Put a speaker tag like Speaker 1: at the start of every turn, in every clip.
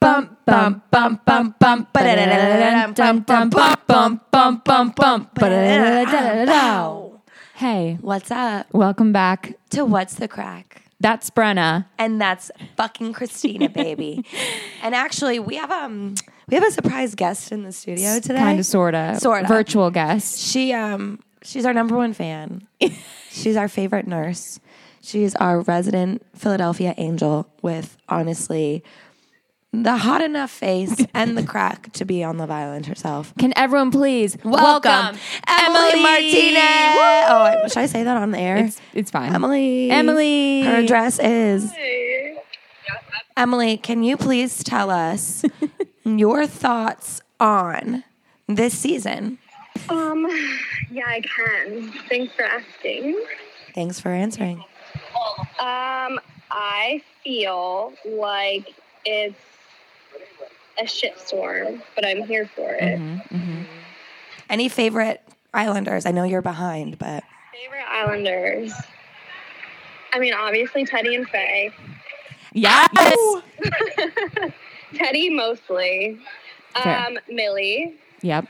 Speaker 1: bum bum bum bum bum ba-da-da-da-da-da, dum dum bum bum bum bum bum ba-da-da-da-da-da-da.
Speaker 2: Hey,
Speaker 1: What's up
Speaker 2: welcome back.
Speaker 1: to What's the Crack?
Speaker 2: That's Brenna.
Speaker 1: And that's fucking Christina, baby. and actually, we have um we have a surprise guest in the studio today.
Speaker 2: Kind of, sorta,
Speaker 1: Sorta.
Speaker 2: virtual guest.
Speaker 1: She um she's our number one fan. she's our favorite nurse. She's our resident Philadelphia angel with honestly the hot enough face and the crack to be on Love Island herself.
Speaker 2: Can everyone please
Speaker 1: Welcome, Emily, Martinez. Oh, I- should I say that on the air?
Speaker 2: It's, it's fine.
Speaker 1: Emily.
Speaker 2: Emily.
Speaker 1: Her address is. Emily, can you please tell us your thoughts on this season?
Speaker 3: Um, yeah, I can. Thanks for asking.
Speaker 1: Thanks for answering.
Speaker 3: Um, I feel like it's a shitstorm, but I'm here for it.
Speaker 2: Mm-hmm,
Speaker 1: Any favorite Islanders? I know you're behind, but
Speaker 3: Favorite Islanders. I mean, obviously Teddy and Faye.
Speaker 2: Yes.
Speaker 3: Teddy mostly.
Speaker 2: Fair.
Speaker 3: Um, Millie.
Speaker 2: Yep.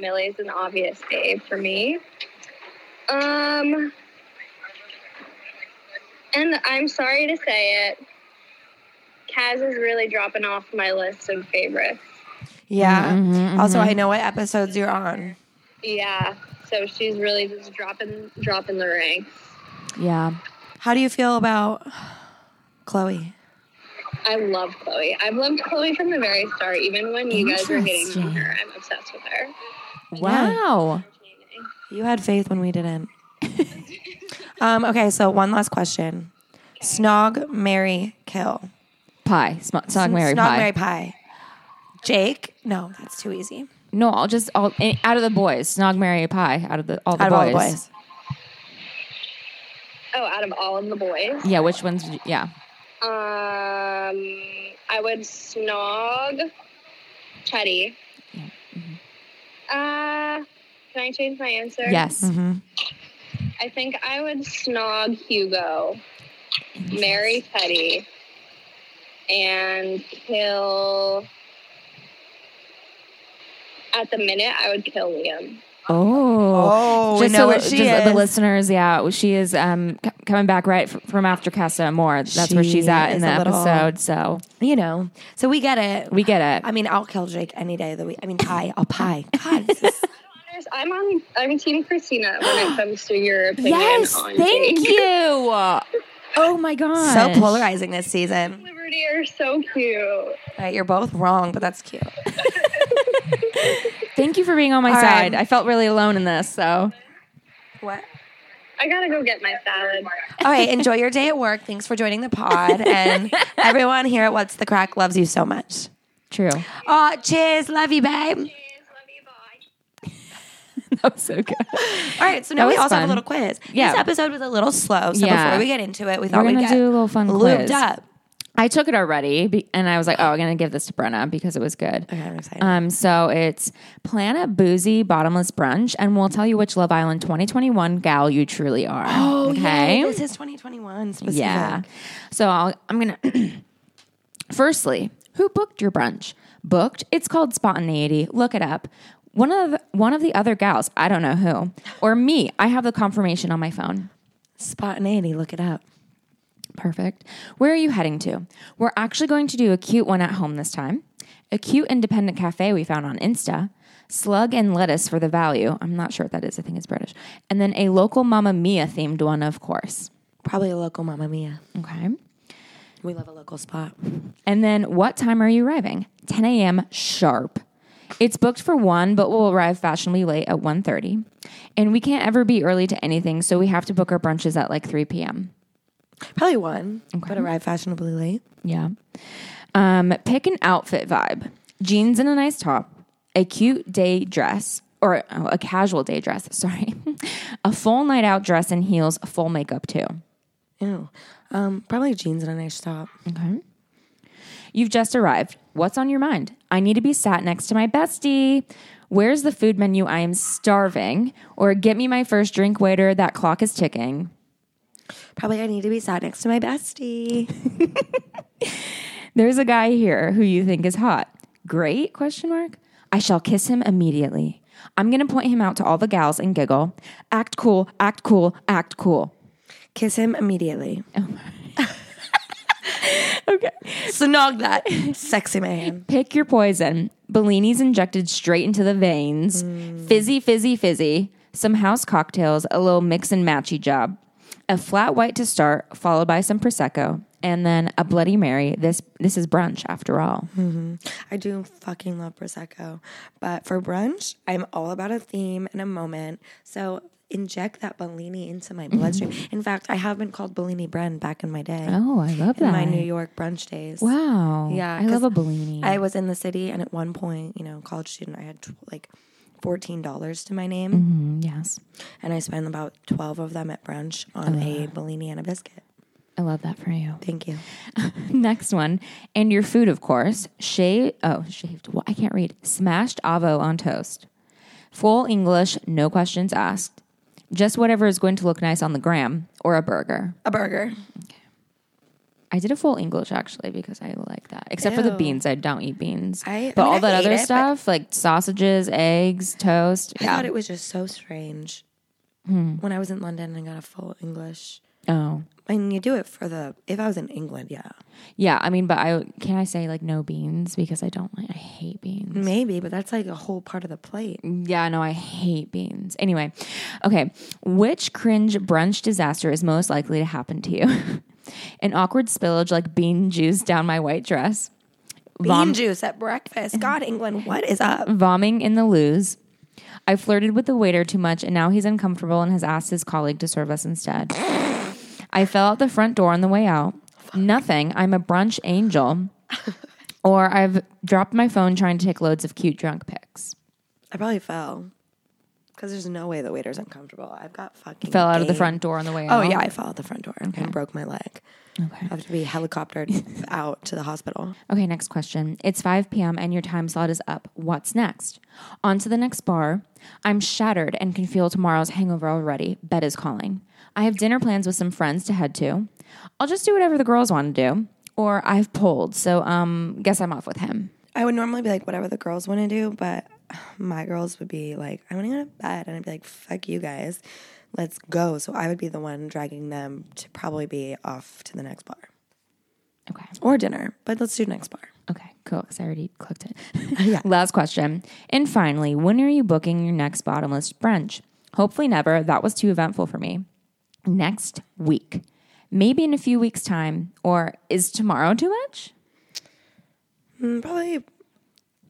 Speaker 3: Millie's an obvious babe for me. Um, and I'm sorry to say it, Kaz is really dropping off my list of favorites.
Speaker 1: yeah.
Speaker 2: Mhm, mhm,
Speaker 1: Also,
Speaker 2: mhm.
Speaker 1: I know what episodes you're on.
Speaker 3: Yeah, so she's really just dropping dropping the ranks.
Speaker 2: Yeah.
Speaker 1: How do you feel about Chloe?
Speaker 3: I love Chloe. I've loved Chloe from the very start, even when you guys were getting to know her. I'm obsessed with her.
Speaker 2: Wow.
Speaker 1: You had faith when we didn't. um, okay, so one last question. Snog, Mary, kill.
Speaker 2: Pie. Sm- Snog
Speaker 1: Sn-
Speaker 2: Mary
Speaker 1: Snog
Speaker 2: pie.
Speaker 1: Mary Pie. Jake? No, that's too easy.
Speaker 2: No, I'll just I'll, eh, out of the boys. Snog Mary pie. Out of the all the
Speaker 1: Out of
Speaker 2: boys.
Speaker 1: all the boys.
Speaker 3: Oh, out of all of the boys,
Speaker 2: Yeah. Which ones? did you- Yeah.
Speaker 3: Um, I would snog Teddy. mm-hmm. Uh, can I change my answer?
Speaker 2: Yes.
Speaker 3: I think I would snog Hugo,
Speaker 2: Mm-hmm.
Speaker 3: marry Teddy, and kill. At the minute, I would kill Liam.
Speaker 2: Oh.
Speaker 1: Oh,
Speaker 2: just so just the listeners, yeah, she is um, c- coming back right f- from after Casa Amor. That's where she's
Speaker 1: She
Speaker 2: at in
Speaker 1: is
Speaker 2: the
Speaker 1: a little-
Speaker 2: episode. So
Speaker 1: You know, so we get it.
Speaker 2: we get it.
Speaker 1: I mean, I'll kill Jake any day of the week. I mean, pie. I'll pie. God, this is-
Speaker 3: I'm on. I'm Team Christina when it comes to your opinion
Speaker 2: Yes,
Speaker 3: on
Speaker 2: thank
Speaker 3: Jake.
Speaker 2: you. Oh my god,
Speaker 1: so polarizing this season.
Speaker 3: Liberty are so cute.
Speaker 1: All right, you're both wrong, but that's cute.
Speaker 2: Thank you for being on my
Speaker 1: All
Speaker 2: side.
Speaker 1: right.
Speaker 2: I felt really alone in this. So
Speaker 1: What?
Speaker 3: I gotta go get my salad.
Speaker 1: All right, enjoy your day at work. Thanks for joining the pod. And everyone here at What's the Crack loves you so much.
Speaker 2: true.
Speaker 1: Oh, cheers. Love you, babe.
Speaker 2: That was so good.
Speaker 1: All right, so now we
Speaker 2: was
Speaker 1: also have
Speaker 2: fun.
Speaker 1: a little quiz.
Speaker 2: Yeah.
Speaker 1: This episode was a little slow, so
Speaker 2: Yeah.
Speaker 1: before we get into it, we
Speaker 2: We're
Speaker 1: thought we'd
Speaker 2: gonna
Speaker 1: get
Speaker 2: do a little fun
Speaker 1: lubed
Speaker 2: quiz.
Speaker 1: up.
Speaker 2: I took it already, be- and I was like, "Oh, I'm gonna give this to Brenna because it was good."
Speaker 1: Okay, I'm excited.
Speaker 2: Um, so it's plan a boozy bottomless brunch, and we'll tell you which Love Island 2021 gal you truly are.
Speaker 1: oh,
Speaker 2: okay.
Speaker 1: yay, this is 2021 specific.
Speaker 2: Yeah. So I'll, I'm going to. Firstly, who booked your brunch? Booked? It's called spontaneity. Look it up. One of the, one of the other gals, I don't know who, or me. I have the confirmation on my phone.
Speaker 1: Spontaneity, look it up.
Speaker 2: Perfect. Where are you heading to? We're actually going to do a cute one at home this time. A cute independent cafe we found on Insta. Slug and lettuce for the value. I'm not sure what that is. I think it's British. And then a local Mamma Mia themed one, of course.
Speaker 1: Probably a local Mamma Mia.
Speaker 2: Okay.
Speaker 1: We love a local spot.
Speaker 2: And then what time are you arriving? 10 a.m. sharp. It's booked for 1, but we'll arrive fashionably late at 1.30. And we can't ever be early to anything, so we have to book our brunches at like 3 p.m.
Speaker 1: Probably one, but arrive fashionably late.
Speaker 2: Yeah. Um, pick an outfit vibe. Jeans and a nice top. A cute day dress. Or oh, a casual day dress, sorry. a full night out dress and heels, full makeup too.
Speaker 1: Ew. Um, probably jeans and a nice top.
Speaker 2: Okay. You've just arrived. What's on your mind? I need to be sat next to my bestie. Where's the food menu? I am starving. Or get me my first drink, waiter. That clock is ticking.
Speaker 1: Probably I need to be sat next to my bestie.
Speaker 2: There's a guy here who you think is hot. Great? Question mark. I shall kiss him immediately. I'm gonna point him out to all the gals and giggle. Act cool, act cool, act cool.
Speaker 1: Kiss him immediately.
Speaker 2: Oh. Okay.
Speaker 1: Snog that sexy man.
Speaker 2: Pick your poison. Bellini's injected straight into the veins.
Speaker 1: Hmm.
Speaker 2: Fizzy, fizzy, fizzy. Some house cocktails, a little mix and matchy job. A flat white to start, followed by some prosecco, and then a Bloody Mary. This this is brunch after all.
Speaker 1: Hmm. I do fucking love prosecco, but for brunch, I'm all about a theme and a moment. So inject that Bellini into my bloodstream. In fact, I have been called Bellini Bren back in my day.
Speaker 2: Mm-hmm. Oh, I love
Speaker 1: in
Speaker 2: that.
Speaker 1: my New York brunch days.
Speaker 2: Wow.
Speaker 1: Yeah,
Speaker 2: I love
Speaker 1: 'cause
Speaker 2: a Bellini.
Speaker 1: I was in the city, and at one point, you know, college student, I had tw- like fourteen dollars to my name,
Speaker 2: Mm, yes.
Speaker 1: and I spent about twelve of them at brunch on a Bellini and a biscuit.
Speaker 2: I love that for you.
Speaker 1: Thank you.
Speaker 2: Next one. And your food, of course. Shaved, oh, shaved. What? I can't read. Smashed avo on toast. Full English, no questions asked. Just whatever is going to look nice on the gram or a burger.
Speaker 1: A burger.
Speaker 2: I did a full English actually because I like that. Except for the
Speaker 1: Ew.
Speaker 2: beans, I don't eat beans.
Speaker 1: I- I
Speaker 2: but
Speaker 1: mean,
Speaker 2: all
Speaker 1: I
Speaker 2: that
Speaker 1: ate
Speaker 2: other
Speaker 1: it, but-
Speaker 2: stuff, like sausages, eggs, toast.
Speaker 1: I
Speaker 2: yeah. Hmm.
Speaker 1: thought it was just so strange when I was in London and I got a full English.
Speaker 2: oh.
Speaker 1: And you do it for the if I was in England, yeah,
Speaker 2: Yeah, I mean, but I can I say like no beans because I don't like I hate beans.
Speaker 1: maybe, but that's like a whole part of the plate.
Speaker 2: Yeah, no, I hate beans. Anyway, okay. Which cringe brunch disaster is most likely to happen to you? An awkward spillage like bean juice down my white dress,
Speaker 1: Bean juice at breakfast. God, England, what is up?
Speaker 2: vomiting in the loos. I flirted with the waiter too much and now he's uncomfortable and has asked his colleague to serve us instead. I fell out the front door on the way out. Nothing. I'm a brunch angel. or I've dropped my phone trying to take loads of cute drunk pics.
Speaker 1: I probably fell because there's no way the waiter's uncomfortable. I've got fucking
Speaker 2: Fell out of the
Speaker 1: game.
Speaker 2: front door on the way
Speaker 1: Oh
Speaker 2: out.
Speaker 1: yeah, I fell out the front door and broke my leg.
Speaker 2: Okay.
Speaker 1: I have to be helicoptered out to the hospital.
Speaker 2: Okay, next question. It's 5 p.m. and your time slot is up. What's next? On to the next bar. I'm shattered and can feel tomorrow's hangover already. Bed is calling. I have dinner plans with some friends to head to. I'll just do whatever the girls want to do. Or I've pulled, so um, guess I'm off with him.
Speaker 1: I would normally be like, whatever the girls want to do, but my girls would be like, I want to go to bed, and I'd be like, fuck you guys, let's go. So I would be the one dragging them to probably be off to the next bar
Speaker 2: Okay.
Speaker 1: or dinner, but let's do next bar.
Speaker 2: Okay, cool. Because I already clicked it. Last question. And finally, when are you booking your next bottomless brunch? Hopefully, never. That was too eventful for me. Next week. Maybe in a few weeks' time. Or is tomorrow too much?
Speaker 1: Mm, Probably,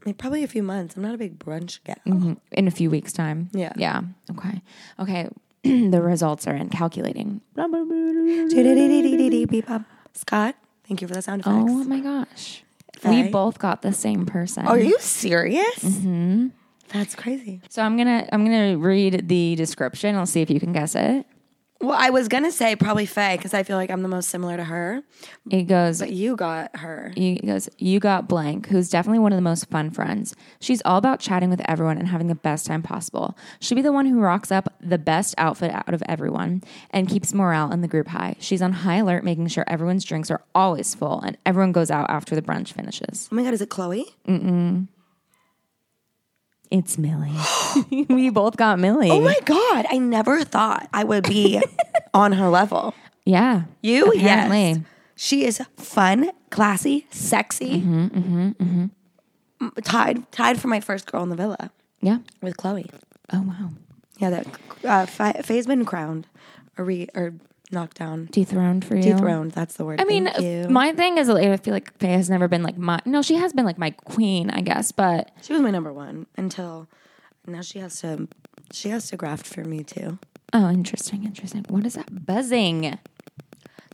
Speaker 1: like, probably a few months. I'm not a big brunch gal.
Speaker 2: Mm-hmm. In a few weeks' time.
Speaker 1: Yeah.
Speaker 2: Yeah. Okay. Okay. the results are in calculating. Blah, blah, blah, blah, blah.
Speaker 1: Beep-bop. Scott, thank you for the sound effects.
Speaker 2: Oh my gosh. We
Speaker 1: Okay.
Speaker 2: both got the same person.
Speaker 1: Are you serious? Mm-hmm. That's crazy.
Speaker 2: So I'm gonna I'm gonna read the description. I'll see if you can guess it.
Speaker 1: Well, I was gonna say probably Faye because I feel like I'm the most similar to her,
Speaker 2: It goes
Speaker 1: but you got her.
Speaker 2: He goes, You got blank, who's definitely one of the most fun friends. She's all about chatting with everyone and having the best time possible. She'll be the one who rocks up the best outfit out of everyone and keeps morale in the group high. She's on high alert, making sure everyone's drinks are always full and everyone goes out after the brunch finishes.
Speaker 1: Oh my god, is it Chloe?
Speaker 2: It's Millie. we both got Millie.
Speaker 1: Oh my god, I never thought I would be on her level.
Speaker 2: yeah.
Speaker 1: You,
Speaker 2: Apparently.
Speaker 1: yes, she is fun, classy, sexy. M- Tied, tied for my first girl in the villa
Speaker 2: Yeah.
Speaker 1: with Chloe.
Speaker 2: Oh, wow.
Speaker 1: Yeah, that uh, Fa- Faye's been crowned, or re- or knocked down,
Speaker 2: Dethroned for you.
Speaker 1: dethroned. That's the word.
Speaker 2: I mean, my thing is, like, I feel like Faye has never been like my. No, she has been like my queen, I guess, but
Speaker 1: She was my number one until now. She has to she has to graft for me too.
Speaker 2: Oh, interesting, interesting. What is that buzzing?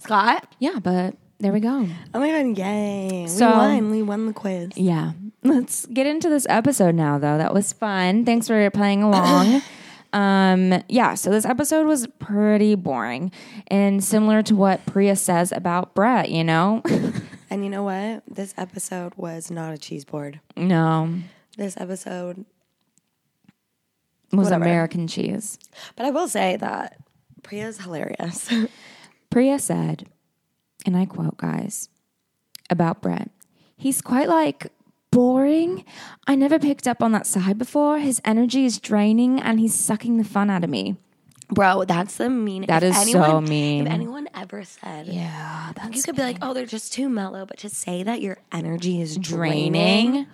Speaker 1: Scott.
Speaker 2: Yeah, but there we go.
Speaker 1: Oh my god! Yay!
Speaker 2: So-
Speaker 1: we won. We won the quiz.
Speaker 2: Yeah. Let's get into this episode now though. That was fun. Thanks for playing along. um yeah, so this episode was pretty boring and similar to what Priya says about Brett, you know?
Speaker 1: And you know what? This episode was not a cheese board.
Speaker 2: no.
Speaker 1: This episode,
Speaker 2: It was
Speaker 1: Whatever.
Speaker 2: American cheese.
Speaker 1: but I will say that Priya's hilarious.
Speaker 2: Priya said, and I quote, guys, about Brett He's quite like boring. I never picked up on that side before. His energy is draining and he's sucking the fun out of me.
Speaker 1: Bro, that's the mean.
Speaker 2: That
Speaker 1: if
Speaker 2: is so
Speaker 1: anyone-
Speaker 2: mean.
Speaker 1: If anyone ever said,
Speaker 2: Yeah,
Speaker 1: you could be like, oh, they're just too mellow, but to say that your energy is draining,
Speaker 2: draining.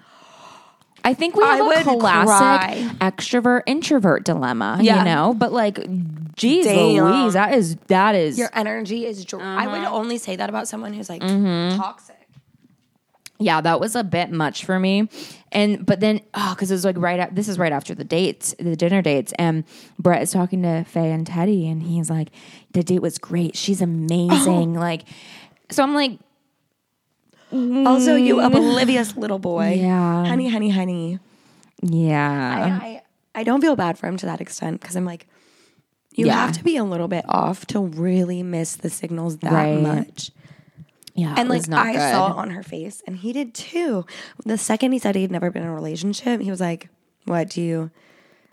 Speaker 2: I think we
Speaker 1: I
Speaker 2: have a
Speaker 1: would
Speaker 2: classic extrovert introvert dilemma,
Speaker 1: Yeah.
Speaker 2: you know. But like, geez,
Speaker 1: Damn.
Speaker 2: Louise, that is that is
Speaker 1: your energy is. Dr- I would only say that about someone who's like toxic.
Speaker 2: yeah, that was a bit much for me. And but then oh, because it was like right at this is right after the dates, the dinner dates, and Brett is talking to Faye and Teddy, and he's like, "The date was great. She's amazing." Like, so I'm like,
Speaker 1: Also, you oblivious little boy.
Speaker 2: Yeah.
Speaker 1: honey, honey, honey.
Speaker 2: yeah,
Speaker 1: And I, I don't feel bad for him to that extent because I'm like, you
Speaker 2: Yeah.
Speaker 1: have to be a little bit off to really miss the signals that
Speaker 2: Right.
Speaker 1: much.
Speaker 2: yeah, it
Speaker 1: And
Speaker 2: was
Speaker 1: like
Speaker 2: not
Speaker 1: I
Speaker 2: good.
Speaker 1: saw it on her face, and he did too. The second he said he'd never been in a relationship, he was like, "What do you?"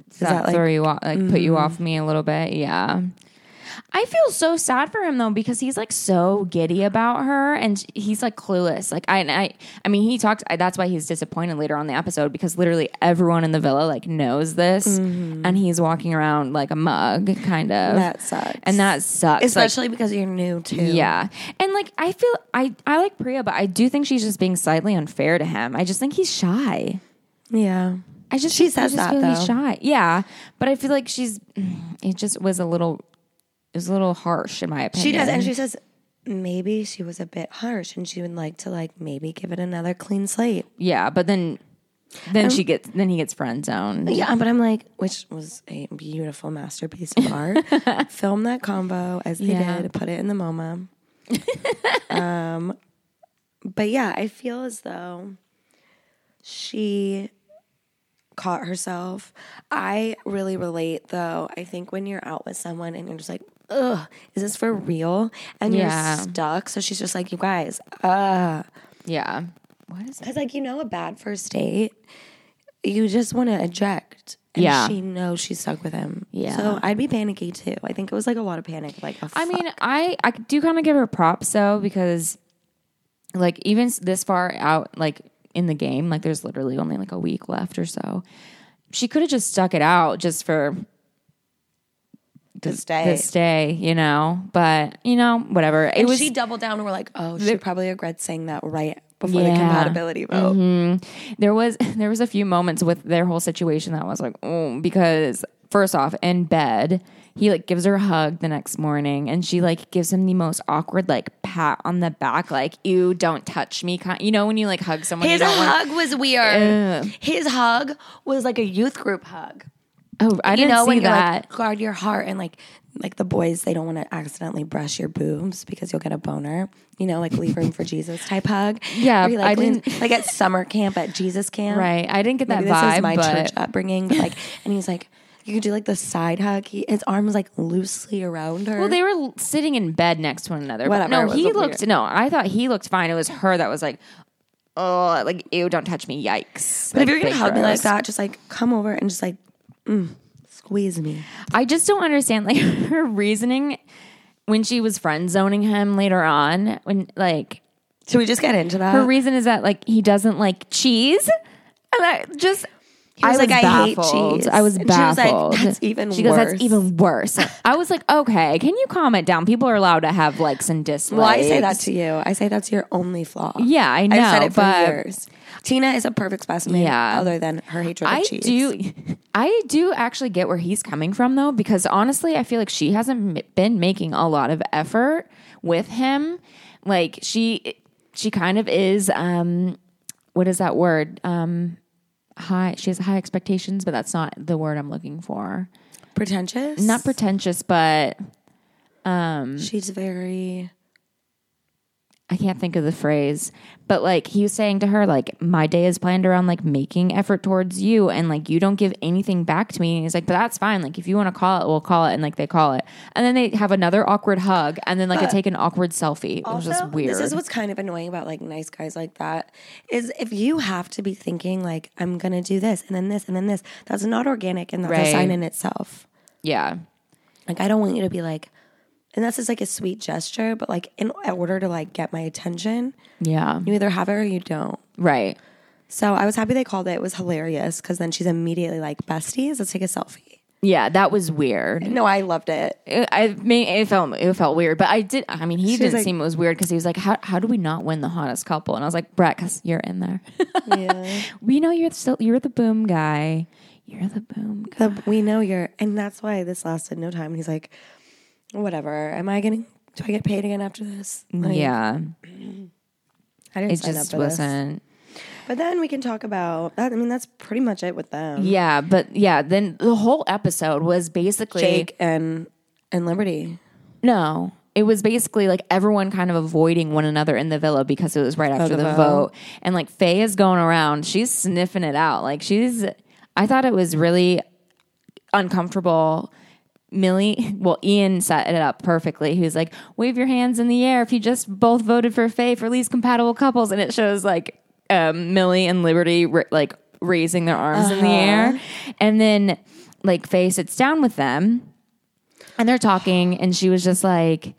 Speaker 1: Is
Speaker 2: Does that,
Speaker 1: that
Speaker 2: throw
Speaker 1: like?
Speaker 2: you off, like put you off me a little bit? Yeah. I feel so sad for him though because he's like so giddy about her and sh- he's like clueless. Like I, and I, I mean, he talked. I, that's why he's disappointed later on in the episode because literally everyone in the villa like knows this, and he's walking around like a mug, kind of.
Speaker 1: That sucks.
Speaker 2: and Mm-hmm. that sucks. like-
Speaker 1: Especially because you're new too.
Speaker 2: yeah. And like I feel I I like Priya, but I do think she's just being slightly unfair to him. I just think he's shy.
Speaker 1: yeah.
Speaker 2: I just
Speaker 1: She
Speaker 2: I
Speaker 1: says
Speaker 2: just
Speaker 1: that,
Speaker 2: feel he's
Speaker 1: though.
Speaker 2: shy. Yeah, but I feel like she's. It just was a little. It was a little harsh in my opinion.
Speaker 1: She does, and she says maybe she was a bit harsh, and she would like to like maybe give it another clean slate.
Speaker 2: yeah, but then,
Speaker 1: Um,
Speaker 2: then she gets then he gets friend zoned.
Speaker 1: Yeah, but I'm like, which was a beautiful masterpiece of art. Film that combo as they
Speaker 2: Yeah.
Speaker 1: did, put it in the MoMA. um, but yeah, I feel as though she caught herself. I really relate though. I think when you're out with someone and you're just like, ugh, is this for real? And
Speaker 2: Yeah.
Speaker 1: you're stuck. So she's just like, you guys, uh,
Speaker 2: Yeah. What is it?
Speaker 1: because, like, you know, a bad first date, you just want to eject. And
Speaker 2: Yeah.
Speaker 1: She knows she's stuck with him.
Speaker 2: Yeah.
Speaker 1: So I'd be panicky too. I think it was like a lot of panic. Like, oh,
Speaker 2: I
Speaker 1: fuck.
Speaker 2: mean, I I do kind of give her props though because, like, even s- this far out, like in the game, like there's literally only like a week left or so. She could have just stuck it out just for
Speaker 1: this day.
Speaker 2: this day, you know. But you know, whatever. It
Speaker 1: and
Speaker 2: was
Speaker 1: she doubled down and we're like, oh, she probably regrets saying that right before the compatibility vote.
Speaker 2: Mm-hmm. there was there was a few moments with their whole situation that I was like, oh, because first off, in bed, he like gives her a hug the next morning, and she like gives him the most awkward like pat on the back, like you don't touch me, kind. You know when you like hug someone,
Speaker 1: His
Speaker 2: you don't want.
Speaker 1: hug was weird. His hug was like a youth group hug.
Speaker 2: Oh, I
Speaker 1: You
Speaker 2: didn't
Speaker 1: know,
Speaker 2: see
Speaker 1: when you're
Speaker 2: that.
Speaker 1: like, guard your heart and like, like the boys, they don't want to accidentally brush your boobs because you'll get a boner. You know, like leave room for Jesus type hug.
Speaker 2: Yeah,
Speaker 1: Where you, like,
Speaker 2: I
Speaker 1: lean-
Speaker 2: didn't-
Speaker 1: like at summer camp at Jesus camp.
Speaker 2: Right, I didn't get that
Speaker 1: Maybe this
Speaker 2: vibe,
Speaker 1: is my
Speaker 2: but
Speaker 1: church upbringing, but like, and he's like, you could do like the side hug. He, his arm was like loosely around her.
Speaker 2: well, they were l- sitting in bed next to one another.
Speaker 1: Whatever,
Speaker 2: but
Speaker 1: it
Speaker 2: no,
Speaker 1: was
Speaker 2: he
Speaker 1: weird.
Speaker 2: looked. No, I thought he looked fine. It was her that was like, oh, like ew, don't touch me, yikes.
Speaker 1: but if you're gonna hug me like that, just like come over and just like mm, squeeze me.
Speaker 2: I just don't understand like her reasoning when she was friend zoning him later on. When like
Speaker 1: Should we just get into that?
Speaker 2: her reason is that like he doesn't like cheese, and I just.
Speaker 1: was like, "I hate
Speaker 2: baffled.
Speaker 1: cheese."
Speaker 2: I was
Speaker 1: And she was like,
Speaker 2: baffled.
Speaker 1: "That's even
Speaker 2: She goes,
Speaker 1: worse."
Speaker 2: that's even worse. I was like, okay, can you calm it down? People are allowed to have likes and dislikes.
Speaker 1: well, I say that to you. I say that's your only flaw.
Speaker 2: Yeah, I know,
Speaker 1: I've said it for
Speaker 2: but-
Speaker 1: years. Tina is a perfect specimen.
Speaker 2: Yeah.
Speaker 1: Other than her hatred of
Speaker 2: I
Speaker 1: cheese.
Speaker 2: do, I do actually get where he's coming from though, because honestly, I feel like she hasn't m- been making a lot of effort with him. Like she, she kind of is. Um, what is that word? Um, high. She has high expectations, but that's not the word I'm looking for.
Speaker 1: pretentious.
Speaker 2: Not pretentious, but
Speaker 1: She's very.
Speaker 2: I can't think of the phrase, but like he was saying to her, like, my day is planned around like making effort towards you and like you don't give anything back to me. And he's like, but that's fine. Like, if you want to call it, we'll call it. And like they call it. And then they have another awkward hug and then like they take an awkward selfie. It was just
Speaker 1: Also,
Speaker 2: weird.
Speaker 1: This is what's kind of annoying about like nice guys like that is if you have to be thinking like I'm gonna do this and then this and then this, that's not organic and that's
Speaker 2: Right.
Speaker 1: a sign in itself.
Speaker 2: yeah.
Speaker 1: Like I don't want you to be like, unless it's like a sweet gesture, but like in order to like get my attention,
Speaker 2: Yeah.
Speaker 1: you either have it or you don't.
Speaker 2: Right.
Speaker 1: So I was happy they called it. It was hilarious because then she's immediately like, "Besties, let's take a selfie."
Speaker 2: Yeah, that was weird.
Speaker 1: No, I loved it.
Speaker 2: It, I mean, it felt it felt weird, but I did. I mean, he didn't
Speaker 1: like-
Speaker 2: seem it was weird because he was like, "How how do we not win the hottest couple?" And I was like, "Brett, because you're in there.
Speaker 1: Yeah.
Speaker 2: we know you're still you're the boom guy. You're the boom guy.
Speaker 1: The- we know you're, and that's why this lasted no time. And he's like, "Whatever. Am I getting? Do I get paid again after this?" Like,
Speaker 2: yeah,
Speaker 1: I didn't
Speaker 2: it
Speaker 1: sign up
Speaker 2: just
Speaker 1: for this.
Speaker 2: wasn't.
Speaker 1: But then we can talk about. That, I mean, that's pretty much it with them.
Speaker 2: Yeah, but yeah, then the whole episode was basically
Speaker 1: Jake and and Liberty.
Speaker 2: No. It was basically like everyone kind of avoiding one another in the villa because it was right after
Speaker 1: the
Speaker 2: the,
Speaker 1: vote.
Speaker 2: vote. And like Faye is going around, she's sniffing it out. Like she's, I thought it was really uncomfortable. Millie, well, Ian set it up perfectly. He was like, wave your hands in the air if you just both voted for Faye for least compatible couples. And it shows like um, Millie and Liberty ra- like raising their arms in the air. And then like Faye sits down with them and they're talking and she was just like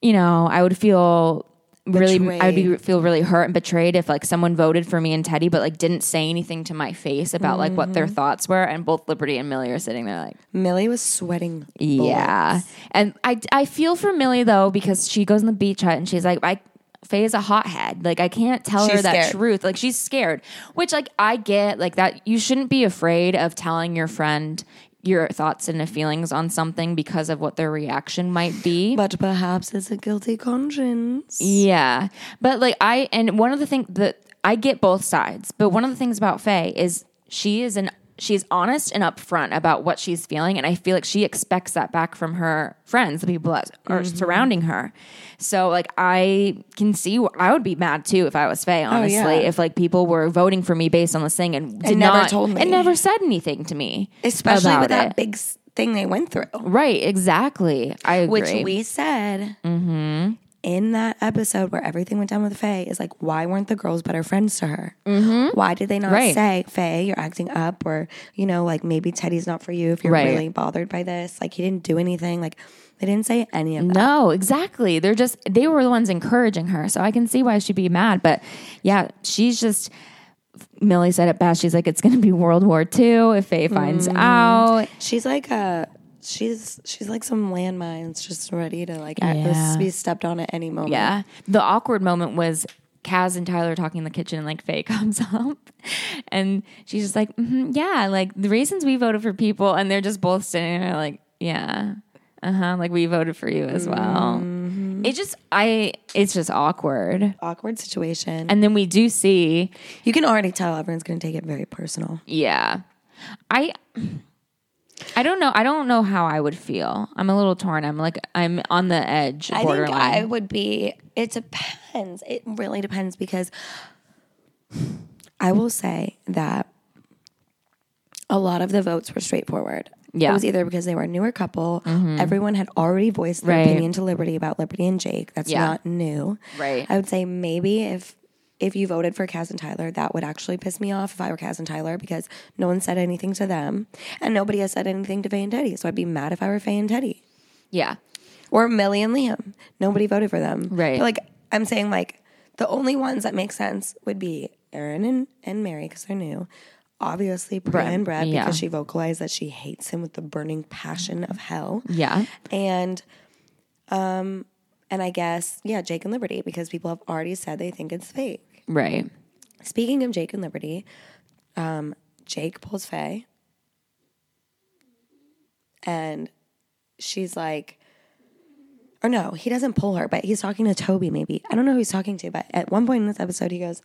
Speaker 2: you know i would feel really i would be,
Speaker 1: Betrayed.
Speaker 2: feel really hurt and betrayed if like someone voted for me and teddy but like didn't say anything to my face about like what their thoughts were and both liberty and millie are sitting there like
Speaker 1: Millie was sweating.
Speaker 2: yeah and i i feel for millie though because she goes in the beach hut and she's like i Faye is a hothead. Like I can't tell
Speaker 1: She's
Speaker 2: her that
Speaker 1: scared.
Speaker 2: truth. Like she's scared, which like I get. Like that you shouldn't be afraid of telling your friend your thoughts and feelings on something because of what their reaction might be.
Speaker 1: But perhaps it's a guilty conscience.
Speaker 2: Yeah. But like I and one of the things that I get both sides, but one of the things about Faye is she is an she's honest and upfront about what she's feeling and I feel like she expects that back from her friends, the people that are
Speaker 1: Mm-hmm.
Speaker 2: surrounding her. So like I can see wh- I would be mad too if I was Faye, honestly,
Speaker 1: Oh, yeah.
Speaker 2: if like people were voting for me based on this thing and did
Speaker 1: never
Speaker 2: not
Speaker 1: told me.
Speaker 2: and never said anything to me.
Speaker 1: Especially
Speaker 2: about
Speaker 1: with that
Speaker 2: it.
Speaker 1: big s- thing they went through,
Speaker 2: Right, exactly. I agree.
Speaker 1: which we said
Speaker 2: Mm-hmm.
Speaker 1: in that episode where everything went down with Faye is like, why weren't the girls better friends to her? Why did they not
Speaker 2: Mm-hmm. Right.
Speaker 1: say, Faye, you're acting up, or, you know, like maybe Teddy's not for you if you're
Speaker 2: Right.
Speaker 1: really bothered by this? Like, he didn't do anything. Like, they didn't say any
Speaker 2: Mm.
Speaker 1: of that.
Speaker 2: No, exactly. They're just they were the ones encouraging her, so I can see why she'd be mad. But yeah, she's just Millie said it best. She's like, it's going to be World War II if Faye finds out.
Speaker 1: She's like a. She's she's like some landmines, just ready to like at-
Speaker 2: Yeah.
Speaker 1: be stepped on at any moment.
Speaker 2: Yeah. The awkward moment was Kaz and Tyler talking in the kitchen, and like Faye comes up, and she's just like, "Mhm, "Yeah, like the reasons we voted for people," and they're just both standing there like, "Yeah, uh huh," like we voted for you as well. It just, I, it's just awkward.
Speaker 1: awkward situation.
Speaker 2: And then we do see
Speaker 1: You can already tell everyone's going to take it very personal.
Speaker 2: Yeah. I I don't know. I don't know how I would feel. I'm a little torn. I'm like I'm on the edge.
Speaker 1: I think
Speaker 2: borderline.
Speaker 1: I would be. It depends. It really depends because I will say that a lot of the votes were straightforward.
Speaker 2: Yeah. Mm-hmm.
Speaker 1: It was either because they were a newer couple, everyone had already voiced their
Speaker 2: Right.
Speaker 1: opinion to Liberty about Liberty and Jake. That's
Speaker 2: Yeah.
Speaker 1: not new.
Speaker 2: Right.
Speaker 1: I would say maybe if if you voted for Kaz and Tyler, that would actually piss me off if I were Kaz and Tyler because no one said anything to them and nobody has said anything to Faye and Teddy. So I'd be mad if I were Faye and Teddy.
Speaker 2: yeah.
Speaker 1: or Millie and Liam. Nobody voted for them.
Speaker 2: Right.
Speaker 1: But like I'm saying, like the only ones that make sense would be Aaron and, and Mary because they're new. Obviously, Priya and Brad
Speaker 2: yeah.
Speaker 1: because she vocalized that she hates him with the burning passion of hell.
Speaker 2: Yeah.
Speaker 1: And, um, and I guess yeah, Jake and Liberty because people have already said they think it's fake.
Speaker 2: Right.
Speaker 1: Speaking of Jake and Liberty, um, Jake pulls Faye. And she's like, or no, he doesn't pull her, but he's talking to Toby, maybe. I don't know who he's talking to, but at one point in this episode, he goes,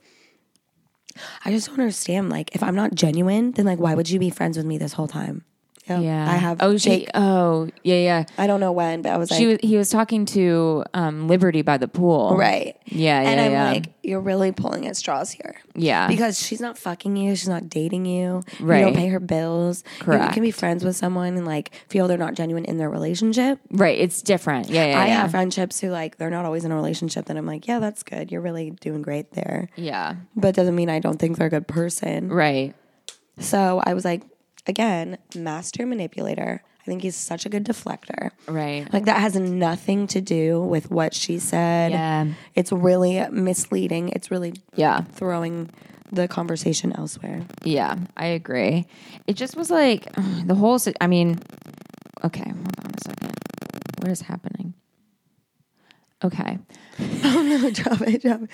Speaker 1: I just don't understand. Like, if I'm not genuine, then like, why would you be friends with me this whole time? Yeah.
Speaker 2: Yeah.
Speaker 1: I have
Speaker 2: Oh,
Speaker 1: Jake.
Speaker 2: she, oh, yeah, yeah.
Speaker 1: I don't know when, but I was like,
Speaker 2: She was he was talking to um Liberty by the pool.
Speaker 1: right.
Speaker 2: Yeah,
Speaker 1: And
Speaker 2: yeah,
Speaker 1: I'm
Speaker 2: yeah.
Speaker 1: like, you're really pulling at straws here.
Speaker 2: Yeah.
Speaker 1: because she's not fucking you. She's not dating you. You
Speaker 2: Right.
Speaker 1: don't pay her bills. You- You,
Speaker 2: Correct.
Speaker 1: can be friends with someone and like feel they're not genuine in their relationship.
Speaker 2: right. It's different. Yeah, yeah.
Speaker 1: I
Speaker 2: yeah.
Speaker 1: have friendships who like they're not always in a relationship. Then I'm like, yeah, that's good. You're really doing great there.
Speaker 2: yeah.
Speaker 1: But it doesn't mean I don't think they're a good person.
Speaker 2: Right.
Speaker 1: So I was like, again, master manipulator. I think he's such a good deflector.
Speaker 2: Right.
Speaker 1: Like that has nothing to do with what she said.
Speaker 2: Yeah.
Speaker 1: It's really misleading. It's really
Speaker 2: Yeah.
Speaker 1: throwing the conversation elsewhere.
Speaker 2: Yeah, I agree. It just was like the whole. si- I mean, okay, hold on a second. What is happening? Okay,
Speaker 1: drop it, drop it.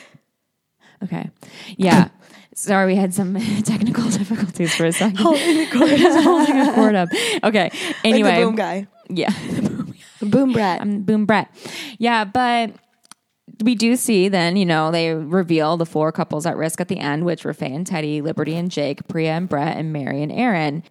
Speaker 2: okay, yeah. Sorry, we had some technical difficulties for a second. Holding the cord, holding the cord up. Okay. Anyway,
Speaker 1: Like the boom guy.
Speaker 2: yeah,
Speaker 1: The boom brat.
Speaker 2: I'm boom Brett. Yeah, but we do see then, you know, they reveal the four couples at risk at the end, which were Faye and Teddy, Liberty and Jake, Priya and Brett, and Mary and Aaron.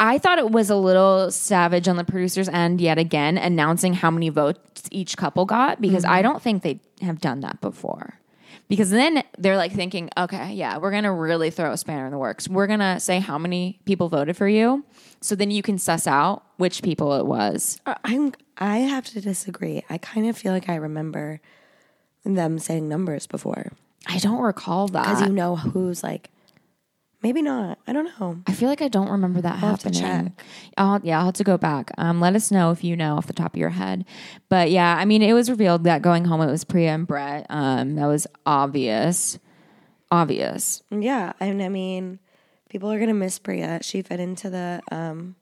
Speaker 2: I thought it was a little savage on the producer's end yet again, announcing how many votes each couple got, because
Speaker 1: Mm-hmm.
Speaker 2: I don't think they have done that before. Because then they're like thinking, okay, yeah, we're gonna really throw a spanner in the works. We're gonna say how many people voted for you. So then you can suss out which people it was.
Speaker 1: Uh, I'm I have to disagree. I kind of feel like I remember them saying numbers before.
Speaker 2: I don't recall that.
Speaker 1: Because you know who's like maybe not. I don't know.
Speaker 2: I feel like I don't remember that
Speaker 1: have to
Speaker 2: happening.
Speaker 1: check.
Speaker 2: I'll, yeah, I'll have to go back. Um, let us know if you know off the top of your head. But yeah, I mean, it was revealed that going home, it was Priya and Brett. Um, that was obvious. Obvious.
Speaker 1: Yeah. And I mean, people are gonna miss Bria. She fit into the um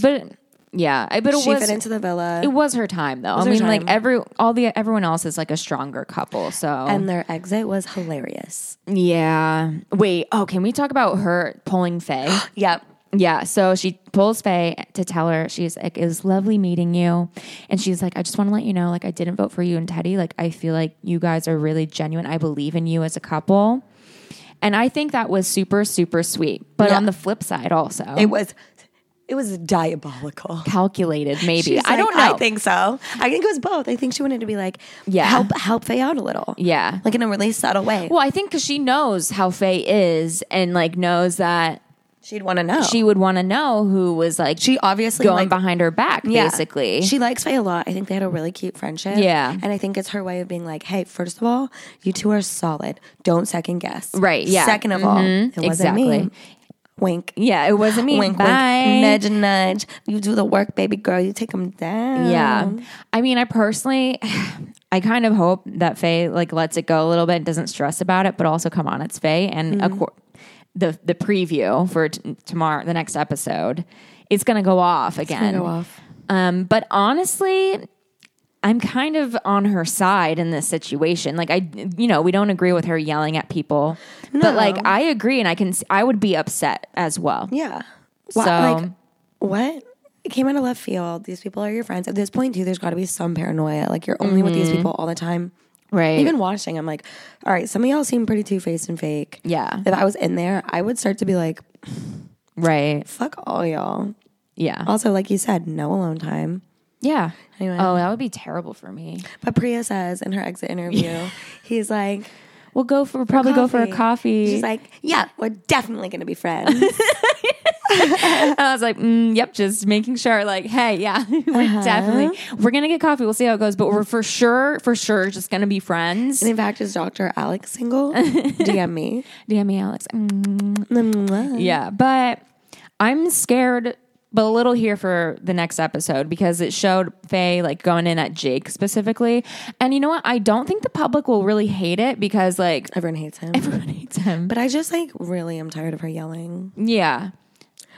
Speaker 2: But yeah, I- but it
Speaker 1: she
Speaker 2: was.
Speaker 1: fit into the villa
Speaker 2: it was her time though. I
Speaker 1: her
Speaker 2: mean, like
Speaker 1: time.
Speaker 2: every all the everyone else is like a stronger couple. So
Speaker 1: and their exit was hilarious.
Speaker 2: yeah. Wait. Oh, can we talk about her pulling Faye?
Speaker 1: Yep.
Speaker 2: Yeah, so she pulls Faye to tell her she's like, "It was lovely meeting you," and she's like, "I just want to let you know, like, I didn't vote for you and Teddy. Like, I feel like you guys are really genuine. I believe in you as a couple." And I think that was super, super sweet. But
Speaker 1: Yeah.
Speaker 2: on the flip side, also
Speaker 1: It was it was diabolical.
Speaker 2: calculated, maybe
Speaker 1: She's
Speaker 2: I don't
Speaker 1: like,
Speaker 2: know.
Speaker 1: I think so. I think it was both. I think she wanted to be like,
Speaker 2: Yeah.
Speaker 1: help help Faye out a little.
Speaker 2: Yeah.
Speaker 1: Like in a really subtle way.
Speaker 2: well, I think because she knows how Faye is, and like knows that
Speaker 1: She'd want to know.
Speaker 2: she would want to know who was like
Speaker 1: she obviously
Speaker 2: going
Speaker 1: like,
Speaker 2: behind her back,
Speaker 1: yeah.
Speaker 2: basically.
Speaker 1: She likes Faye a lot. I think they had a really cute friendship.
Speaker 2: Yeah.
Speaker 1: And I think it's her way of being like, hey, first of all, you two are solid. Don't second guess.
Speaker 2: Right, yeah. Mm-hmm.
Speaker 1: Second of all, it wasn't
Speaker 2: exactly.
Speaker 1: me. Wink.
Speaker 2: yeah, it wasn't me.
Speaker 1: Wink,
Speaker 2: Bye.
Speaker 1: wink. Nudge, nudge. You do the work, baby girl. You take them down.
Speaker 2: Yeah.
Speaker 1: Oh.
Speaker 2: I mean, I personally, I kind of hope that Faye like lets it go a little bit and doesn't stress about it, but also come on, it's Faye. And
Speaker 1: Mm.
Speaker 2: of cour- the, the preview for t- tomorrow, the next episode, it's going to go off again.
Speaker 1: go off.
Speaker 2: Um, but honestly, I'm kind of on her side in this situation. Like I, you know, we don't agree with her yelling at people, but like I agree, and I can, s- I would be upset as well.
Speaker 1: Yeah.
Speaker 2: So-
Speaker 1: Wha- like, what? It came out of left field. These people are your friends. At this point, too, there's got to be some paranoia. Like, you're only with
Speaker 2: Mm-hmm.
Speaker 1: these people all the time.
Speaker 2: Right?
Speaker 1: Even watching, I'm like, all right, some of y'all seem pretty two faced and fake.
Speaker 2: yeah.
Speaker 1: If I was in there, I would start to be like,
Speaker 2: Right.
Speaker 1: fuck all y'all.
Speaker 2: Yeah.
Speaker 1: Also, like you said, no alone time.
Speaker 2: Yeah.
Speaker 1: Anyway.
Speaker 2: Oh, that would be terrible for me.
Speaker 1: But Priya says in her exit interview, he's like,
Speaker 2: We'll go for, probably go for a coffee.
Speaker 1: She's like, yeah, we're definitely going to be friends.
Speaker 2: and I was like, mm, yep, just making sure. Like, hey, yeah, we're
Speaker 1: Uh-huh.
Speaker 2: definitely we're gonna get coffee. We'll see how it goes, but we're for sure, for sure, just gonna be friends.
Speaker 1: and in fact, is Dr. Alex single? DM me.
Speaker 2: DM me, Alex. Mm.
Speaker 1: Mwah.
Speaker 2: Yeah, but I'm scared. But a little here for the next episode because it showed Faye like going in at Jake specifically. And you know what? I don't think the public will really hate it because like
Speaker 1: Everyone hates him.
Speaker 2: everyone hates him.
Speaker 1: But I just like really am tired of her yelling.
Speaker 2: Yeah.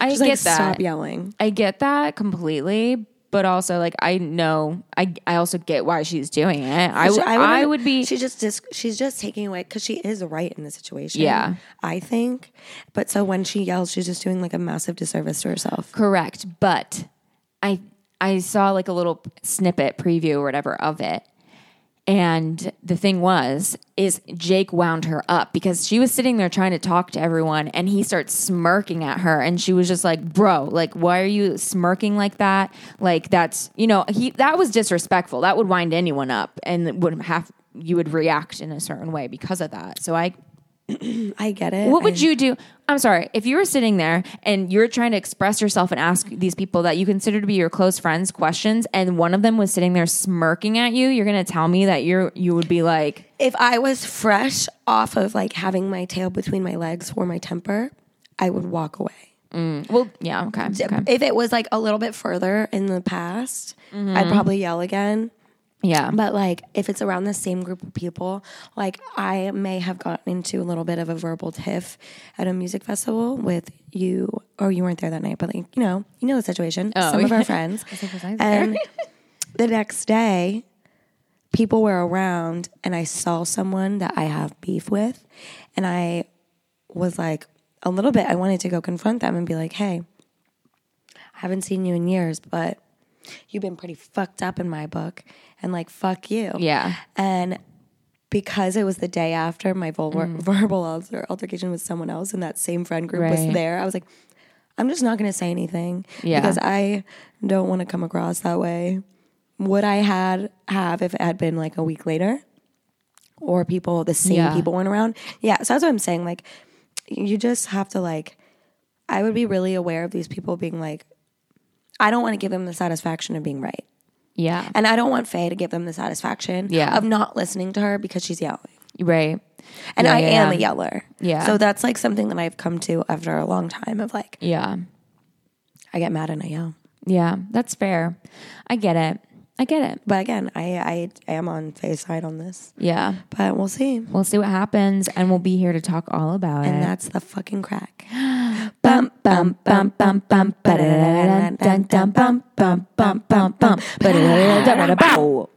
Speaker 2: I
Speaker 1: Just
Speaker 2: get
Speaker 1: like
Speaker 2: that.
Speaker 1: stop yelling.
Speaker 2: I get that completely, but also like I know I I also get why she's doing it. I
Speaker 1: She-
Speaker 2: w-
Speaker 1: wouldn't-
Speaker 2: I would be
Speaker 1: She just dis- she's just taking away because she is right in the situation.
Speaker 2: Yeah.
Speaker 1: I think. But so when she yells, she's just doing like a massive disservice to herself.
Speaker 2: correct, but I I saw like a little snippet preview or whatever of it. And the thing was, is Jake wound her up because she was sitting there trying to talk to everyone and he starts smirking at her and she was just like, Bro, like why are you smirking like that? Like that's you know, he that was disrespectful. That would wind anyone up and would have you would react in a certain way because of that. So I
Speaker 1: I get it.
Speaker 2: what would you do? I'm sorry. If you were sitting there and you're trying to express yourself and ask these people that you consider to be your close friends questions, and one of them was sitting there smirking at you, you're gonna tell me that you're you would be like,
Speaker 1: if I was fresh off of like having my tail between my legs for my temper, I would walk away.
Speaker 2: Well, yeah, okay. okay.
Speaker 1: If it was like a little bit further in the past, I'd probably yell again.
Speaker 2: Yeah.
Speaker 1: But like if it's around the same group of people, like I may have gotten into a little bit of a verbal tiff at a music festival with you or you weren't there that night, but like, you know, you know the situation. Some of our friends. and the next day, people were around and I saw someone that I have beef with and I was like a little bit I wanted to go confront them and be like, "Hey, I haven't seen you in years, but you've been pretty fucked up in my book and like fuck you."
Speaker 2: Yeah.
Speaker 1: And because it was the day after my vul-
Speaker 2: Mm.
Speaker 1: verbal alter- altercation with someone else and that same friend group
Speaker 2: Right.
Speaker 1: was there, I was like, I'm just not going to say anything
Speaker 2: Yeah.
Speaker 1: because I don't want to come across that way. Would I had have if it had been like a week later or people the same
Speaker 2: Yeah.
Speaker 1: people weren't around? Yeah, so that's what I'm saying like you just have to like I would be really aware of these people being like I don't want to give them the satisfaction of being right.
Speaker 2: Yeah.
Speaker 1: And I don't want Faye to give them the satisfaction
Speaker 2: Yeah.
Speaker 1: of not listening to her because she's yelling.
Speaker 2: Right.
Speaker 1: And
Speaker 2: Yeah,
Speaker 1: I
Speaker 2: yeah,
Speaker 1: am
Speaker 2: yeah.
Speaker 1: a yeller.
Speaker 2: Yeah.
Speaker 1: So that's like something that I've come to after a long time of like,
Speaker 2: Yeah.
Speaker 1: I get mad and I yell.
Speaker 2: Yeah. That's fair. I get it. I get it.
Speaker 1: But again, I, I am on Faye's side on this.
Speaker 2: Yeah.
Speaker 1: But we'll see.
Speaker 2: We'll see what happens and we'll be here to talk all about
Speaker 1: And
Speaker 2: it.
Speaker 1: that's the fucking crack.
Speaker 2: bum bum bum bum bum ba-da-da-da-da, dun, dun, bum bum bum bum bum ba-da-da-da-da-da-da, bum.